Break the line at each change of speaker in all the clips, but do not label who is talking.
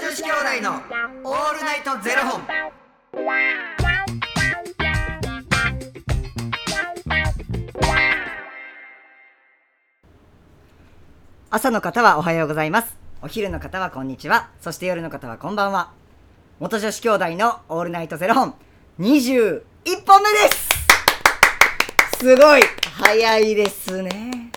子兄弟のオールナイトゼロ本。
朝の方はおはようございます。お昼の方はこんにちは。そして夜の方はこんばんは。元女子兄弟のオールナイトゼロ本21本目ですすごい早いですね。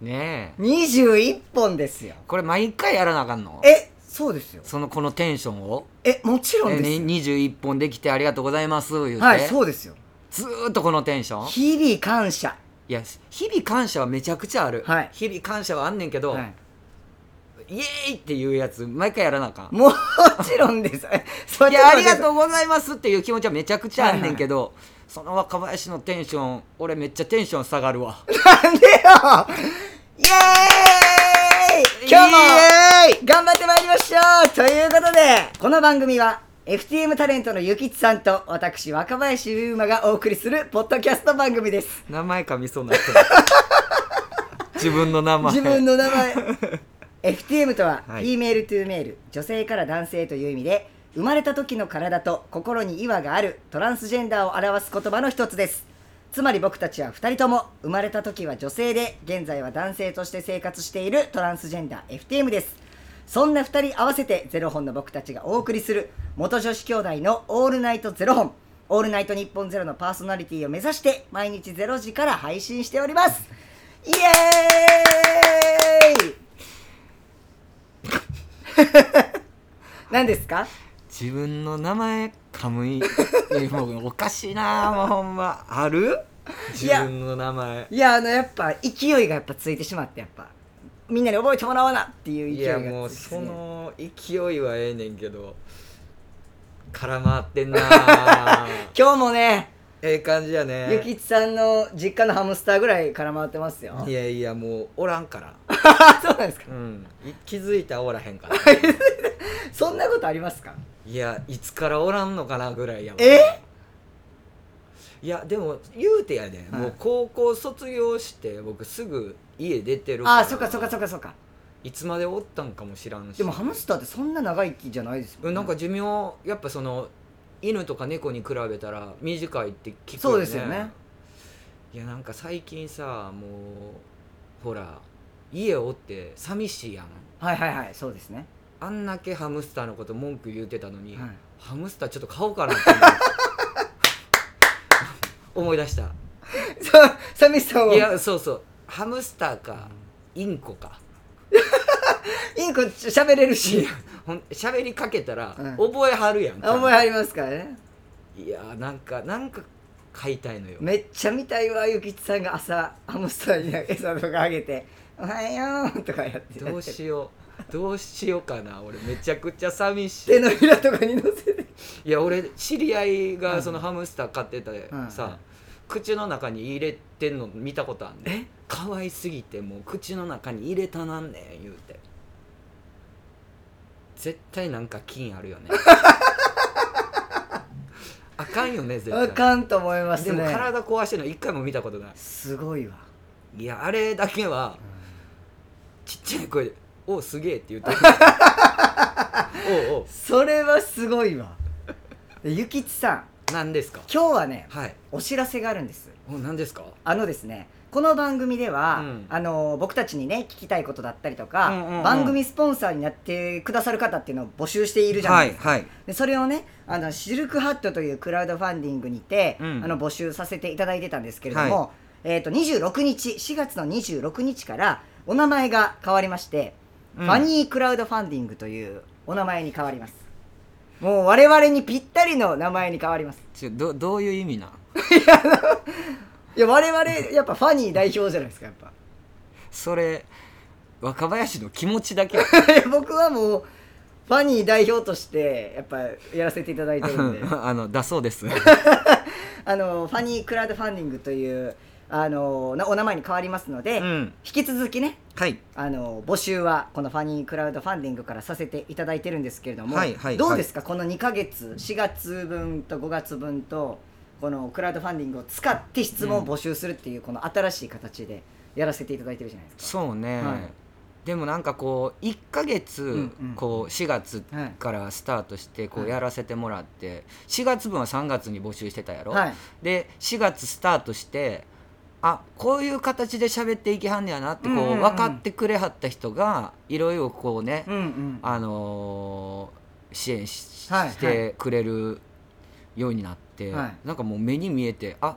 ねえ
21本ですよ。
これ毎回やらなあかんの
え、そうですよ。
そのこのテンションを
え、もちろん
え
ですよ。
に21本できてありがとうございます言って、
はい、そうですよ。
ずーっとこのテンション
日々感謝。
いや日々感謝はめちゃくちゃある、
はい
日々感謝はあんねんけど、
はい
イエーイっていうやつ毎回やらなあかん
もちろんです。そ
いやありがと
う。
うございますっていう気持ちはめちゃくちゃあんねんけど、その若林のテンション俺めっちゃテンション下がるわ
なんでよイエーイ今日も
イエーイ
頑張ってまいりましょうということで、この番組は FTM タレントのゆきちさんと私若林優馬がお送りするポッドキャスト番組です。
名前噛みそうに なってる自分の名前
自分の名前 FTM とは、
はい
フィメールトゥーメール女性から男性という意味で生まれた時の体と心に違和があるトランスジェンダーを表す言葉の一つですつまり僕たちは2人とも生まれた時は女性で現在は男性として生活しているトランスジェンダー FTM ですそんな2人合わせてゼロ本の僕たちがお送りする元女子兄弟の「オールナイトゼロ本」「オールナイト日本ゼロのパーソナリティを目指して毎日0時から配信しておりますイエーイ何ですか
自分の名前噛むいえもうおかしいなもうほんまある自
いや
分の名前
いやあのやっぱ勢いがやっぱついてしまってやっぱみんなに覚えてもらおうなっていう
い
勢いが
や
ついて
もう
しま
そ
って
の勢いはええねんけど空回ってん な
今日もね
ええ感じやね
ゆきちさんの実家のハムスターぐらいから回ってますよ
いやいやもうおらんから、
あそうなんですか
うん、い気づいたらおらへんから
そんなことありますか
いやいつからおらんのかなぐらいやわ
え
いやでも言うてやで、
はい
もう高校卒業して僕すぐ家出てる
あそっかそっかそっかそっか
いつまでおったんかも知らんし
でもハムスターってそんな長生きじゃないですも
うん
ね
なんか寿命やっぱその犬とか猫に比べたら短いって聞くよね
そうですよね
いやなんか最近さもうほら家おって寂しいやん
はいはいはいそうですね、
あんだけハムスターのこと文句言うてたのに、
はい
ハムスターちょっと買おうかなって思う 思い出した
そう寂しさを
いやそうそうハムスターかインコか
インコ喋れるし
ほん喋りかけたら
うん
覚えはるやん、
思いありますからね
いやなんかなんか買いたいのよ
めっちゃ見たいわゆきちさんが朝ハムスターに餌とかあげて「おはよう」とかやって
どうしよ うどうしようかな俺めちゃくちゃ寂し
手のひらとかに乗せて
いいや俺知り合いうが
ん
そのハムスター飼ってた
ん
さ、
うん
口の中に入れてんの見たことあんね
え
ん可愛すぎてもう口の中に入れたなんねん言うて絶対なんか菌あ るよねあかんよね絶
あ
対
かんと思います
でも
ね
体壊してるの一回も見たことない
すごいわ
いやあれだけはちっちゃい声で「おうすげえ」って言 った「おうおう
それはすごいわでゆきちさん
何ですか?」
今日はね
はい
お知らせがあるんです
「お何ですか?」
あのですねこの番組では、
うん
あの僕たちにね聞きたいことだったりとか、
うんうんうん
番組スポンサーになってくださる方っていうのを募集しているじゃないですか
いはい
でそれをねあのシルクハットというクラウドファンディングにて、
うん
あの募集させていただいてたんですけれども、
は
えー、と26日4月の26日からお名前が変わりまして、
うん
ファニークラウドファンディングというお名前に変わりますもう我々にぴったりの名前に変わります
ちょどどういう意味なん
いや我々やっぱファニー代表じゃないですかやっぱ
それ若林の気持ちだけ
いや僕はもうファニー代表としてやっぱやらせていただいてる んで
あのだそうです
あのファニークラウドファンディングというあのなお名前に変わりますので、
うん
引き続きね
はい
あの募集はこのファニークラウドファンディングからさせていただいてるんですけれども、
はいはい
どうですか、この2ヶ月4月分と5月分とこのクラウドファンディングを使って質問を募集するっていうこの新しい形でやらせていただいてるじゃないですか、
そうね、
はい
でもなんかこう1ヶ月
うんうん
こう4月からスタートしてこ
は
う
い
やらせてもらって4月分は3月に募集してたやろ、
はい
で4月スタートしてあこういう形で喋っていきはんねやなってこう
うんうんうん
分かってくれはった人がいろいろこうね、
うんうん
あのー支援し,、
はい
てくれるようになって、
はい
なんかもう目に見えてあ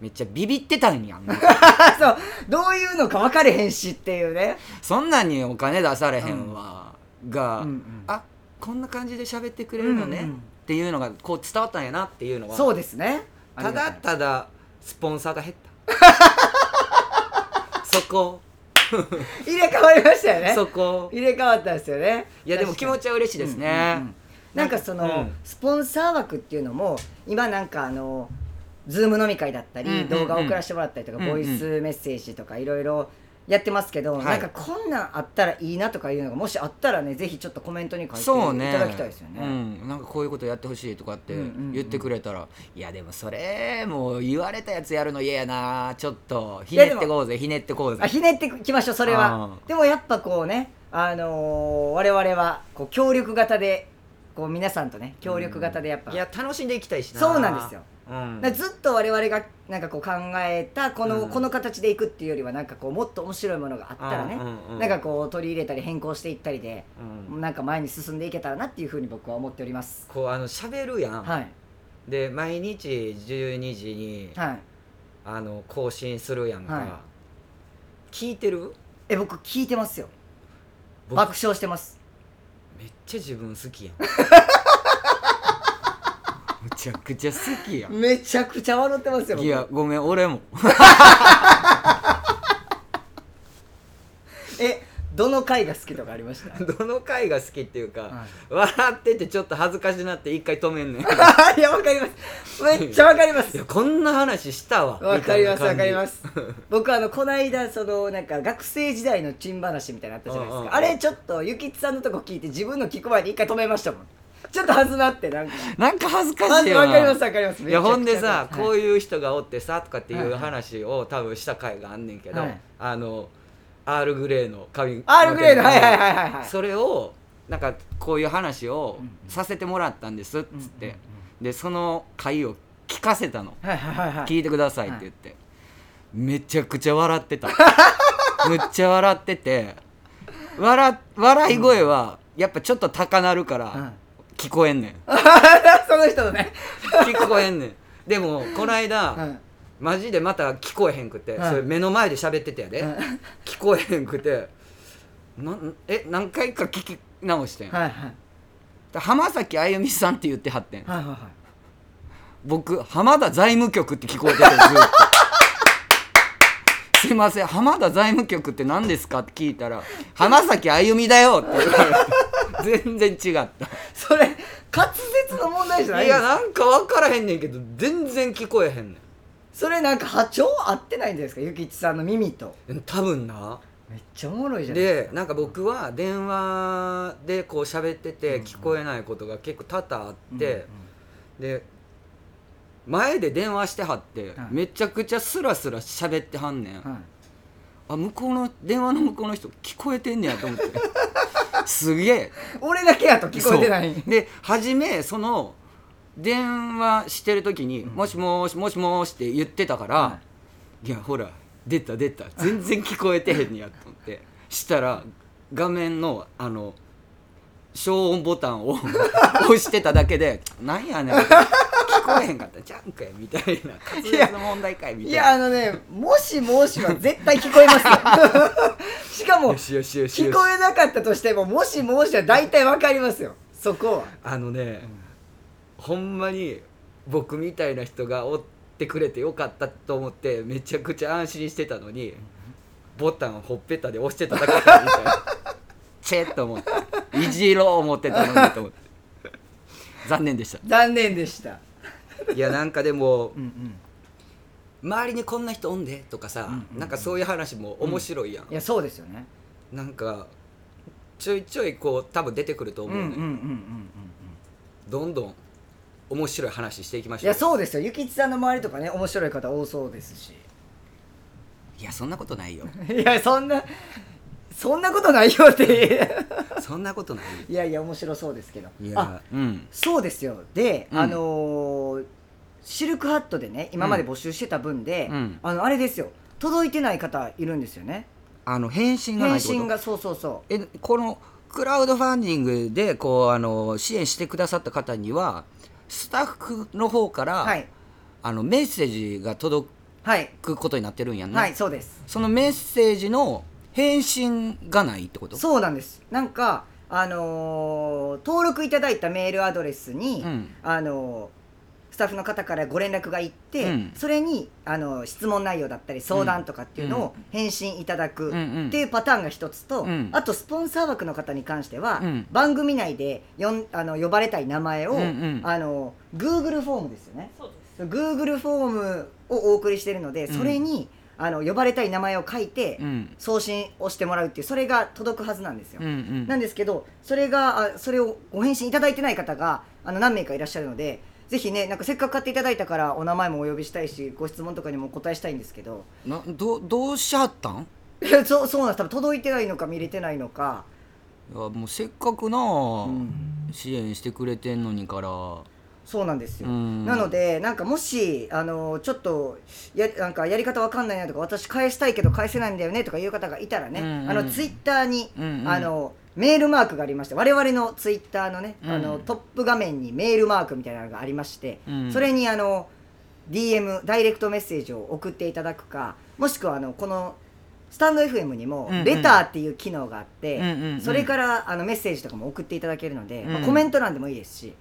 めっちゃビビってた んやん
あ そうどういうのか分かれへんしっていうね
そんなんにお金出されへんわ、が、
うんうん
あこんな感じで喋ってくれるのね、
うんうん
っていうのがこう伝わったんやなっていうのは
そうですね
ただ
だ
ただスポンサーが減った そこ
入れ替わりましたよね
そこ
入れ替わったんですよね
いやでも気持
ち
ちは嬉しいですね、
なんかその、
うん
スポンサー枠っていうのも今なんかあのズーム飲み会だったり、
うんうんうん
動画送らせてもらったりとか、
うんうん
ボイスメッセージとかいろいろやってますけど、
はい
なんかこんなんあったらいいなとかいうのがもしあったらねぜひちょっとコメントに書いてい
そうね
ただきたいですよね。
うん、なんかこういうことやってほしいとかって
うんうんうん
言ってくれたら、いやでもそれもう言われたやつやるの嫌やなちょっとひねってこうぜひねってこうぜ
あひねってきましょうそれ
あ
は
ー
でもやっぱこうねあのー我々はこう協力型でこう皆さんとね協力型でやっぱ、
いや楽しんでいきたいしな
そうなんですよ、
うん、
だからずっと我々がなんかこう考えたこの,、
うん
この形でいくっていうよりはなんかこうもっと面白いものがあったらね、
うんうんうん
なんかこう取り入れたり変更していったりで、
うん
なんか前に進んでいけたらなっていうふうに僕は思っております、
こうあの喋るやん、
はい
で毎日12時に、
はい
あの更新するやんか、
はい
聞いてる
え僕聞いてますよ
僕
爆笑してます
めっちゃ自分 好きやんむちゃくちゃ好きやん
めちゃくちゃ笑ってますよ僕
いやごめ ん俺も
えどの回が好きとかありました
どの回が好きっていうか、
は
笑っててちょっと恥ずかしなって一回止 めんねんい
いやわかりますめっちゃわかります
やこんな話したわ
わかりますわ
み
か
たい
り
な
ま
感じ
す僕あのこの間そのなんか学生時代のチン話みたいなのあったじゃないです
うんうん
かあれちょっとゆきつさんのとこ聞いて自分の聞く前に一回止めましたもんちょっとはずなってなんか
なんか恥ずか
わ
しいよな
かりますわかります
いやほんでさ、こ
いう
いう人がおってさとかってい
はいうはい
話を多分した回があんねんけど、
はい
あのアールグレイの髪
R グレードはいはいはいはいはい
それをなんかこういう話をさせてもらったんですっつって、
うんうん
でその回を聞かせたの、
はいはいはいはい
聞いてくださいって言って、めちゃくちゃ笑ってた むっちゃ笑ってて笑笑い声はやっぱちょっと高鳴るか
うん
ら聞こえんねん、
その人のね
聞こえんねんでもこの間、
うん
マジでまた聞こえへんくて、
はい
それ目の前で喋っててやで、
うん
聞こえへんくてなんえ何回か聞き直してん、
はいはいはい
浜崎あゆみさんって言ってはってん
はいはい
僕浜田財務局って聞こえててずっとすいません浜田財務局って何ですかって聞いたら「浜崎あゆみだよ」って言われて全然違っ
それ滑舌の問題じゃな
た
い
い
で
や
すか
なんか分からへんねんけど全然聞こえへんね
それなんか波長合ってないんじゃないですかゆきちさんの耳と
ん多分な
めっちゃおもろいじゃない
でなんか僕は電話でこう喋ってて聞こえないことが結構多々あって、で前で電話してはって、
はい
めちゃくちゃスラスラ喋ってはんねん、
うんうんうんはい
あ向こうの電話の向こうの人聞こえてんねやと思ってすげえ
俺だけやと聞こえてない
そうで初めその電話してる時に「もしもーしもしもーし」って言ってたから、、
はい
やほら出た出た全然聞こえてへんねやと思って したら画面のあの消音ボタンを 押してただけで「なんやねん」聞こえへんかったじゃんかいみた いな滑舌の問題かいみた
い
い
や
な
あのね「もしもし」は絶対聞こえますよしかも
よしよしよしよ
聞
し
こえなかったとしても「もしもし」は大体わかりますよそこは
あのね、ほんまに僕みたいな人がおってくれてよかったと思ってめちゃくちゃ安心してたのに、ボタンをほっぺたで押してただけだ みたいなチェッと思っていじろう思ってたのにと思って残念でし
残念でした
たいやなんかでも
うんうん
周りにこんな人おんでとかさ、なんかそういう話も面白いやん、
いやそうですよね
なんかちょいちょいこう多分出てくると
うん
思
う
うんね
うん、うんうん
どんどん面白い話していきましょ
いうやそうですよゆきちさんの周りとかね面白い方多そうですし
いやそんなことないよ
いやそんなそんなことないよって
そんなことない
いやいや面白そうですけど
い
あ
やうん
そうですよで、
うん
あのーシルクハットでね今まで募集してた分で、
うん
あのあれですよ届いてない方いるんですよね
あの返信がない
返
ってこと
信がそうそうそう
えこのクラウドファンディングでこうあの支援してくださった方にはスタッフの方から、
はい
あのメッセージが届
はい
くことになってるんやね、
はいそうです
そのメッセージの返信がないってこと
そうなんですなんかあのー登録いただいたメールアドレスに、
うん
あのースタッフの方からご連絡がいって、
うん
それにあの質問内容だったり相談とかっていうのを返信いただく
うんうん
っていうパターンが一つと、
うん
あとスポンサー枠の方に関しては、
うん
番組内でよんあの呼ばれたい名前を、
うんうん
あの Google フォームですよね
そうです。
Google フォームをお送りしているので、
うん
それにあの呼ばれたい名前を書いて、
うん
送信をしてもらうっていうそれが届くはずなんですよ、
うんうん
なんですけどそれがあそれをご返信いただいてない方があの何名かいらっしゃるのでぜひねなんかせっかく買っていただいたからお名前もお呼びしたいしご質問とかにもお答えしたいんですけど
などどうしはったん
そうそうなんです多分届いてないのか見れてないのか、
いやもうせっかくな、
うん、
支援してくれてんのにから
そうなんですよ、
うん
なのでなんかもしあのちょっとやなんかやり方わかんないなとか私返したいけど返せないんだよねとかいう方がいたらね、
うんうん
あのツイッターに、
うんうん
あのメールマークがありまして我々のツイッターのね、
うん
あのトップ画面にメールマークみたいなのがありまして、
うん
それにあの DM ダイレクトメッセージを送っていただくかもしくはあのこのスタンド FM にも
うんうん
レターっていう機能があって、
うんうんうん
それからあのメッセージとかも送っていただけるので、まあ
うん
コメント欄でもいいですし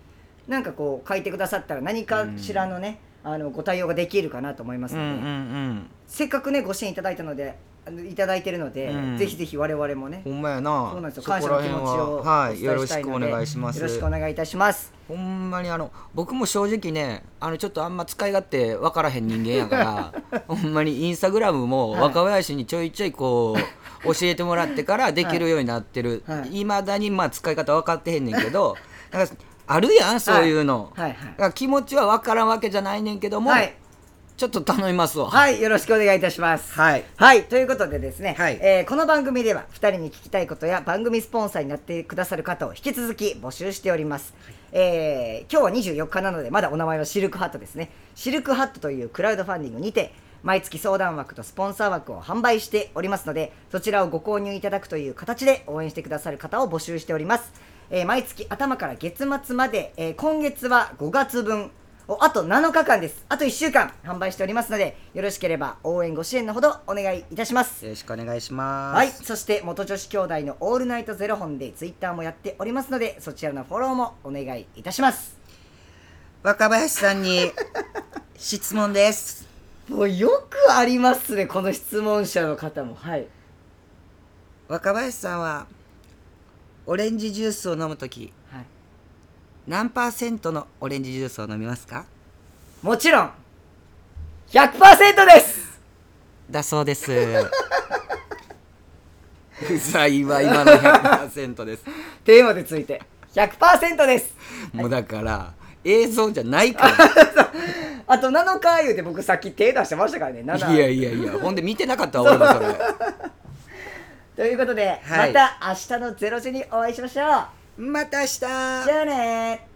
なんかこう書いてくださったら何かしらのね、あのご対応ができるかなと思います
う
の
んう
で、
ん
せっかくねご支援いただいたのであのいただいてるので、
うん
ぜひぜひ我々もね
うんほんまやな
そうなんですよ
そこら
感謝の気
辺
持ち
は
を
は
お
いよ
伝え
ろ
した
し
い
く
の
お
で、
願いします
よろしくお願いいたします
ほんまにあの僕も正直ねあのちょっとあんま使い勝手分からへん人間やから ほんまにインスタグラムも
はい
若林にちょいちょいこう教えてもらってからできるようになってる、、
はいはい
まだにまあ使い方分かってへんねんけどなんかあるやんそういうの、
はいはい
だから気持ちは分からんわけじゃないねんけども、
はい
ちょっと頼みますわ
はい、よろしくお願いいたします。
はい
ということでですね、
はい
えーこの番組では2人に聞きたいことや番組スポンサーになってくださる方を引き続き募集しております。えー今日は24日なのでまだお名前はシルクハットですね。シルクハットというクラウドファンディングにて毎月相談枠とスポンサー枠を販売しておりますのでそちらをご購入いただくという形で応援してくださる方を募集しております。えー毎月頭から月末まで、えー今月は5月分おあと7日間です。あと1週間販売しておりますので、よろしければ応援ご支援のほどお願いいたします。
よろしくお願いします
はい、そして元女子兄弟のオールナイトゼロ本でツイッターもやっておりますので、そちらのフォローもお願いいたします。
若林さんに質問です
もうよくありますね、この質問者の方も。はい。
若林さんはオレンジジュースを飲むとき
はい、
何パーセントのオレンジジュースを飲みますか
もちろん、100%です
だそう です幸は今の100%です
テーマでついて、100%です
もうだから映像じゃないか
あと7日言うて僕さっき手出してましたからね、
ら
7。
いやいやいやほんで見てなかったわ俺も それ
ということで、
はい
また明日のゼロ時にお会いしましょう。
また明日
じゃあねー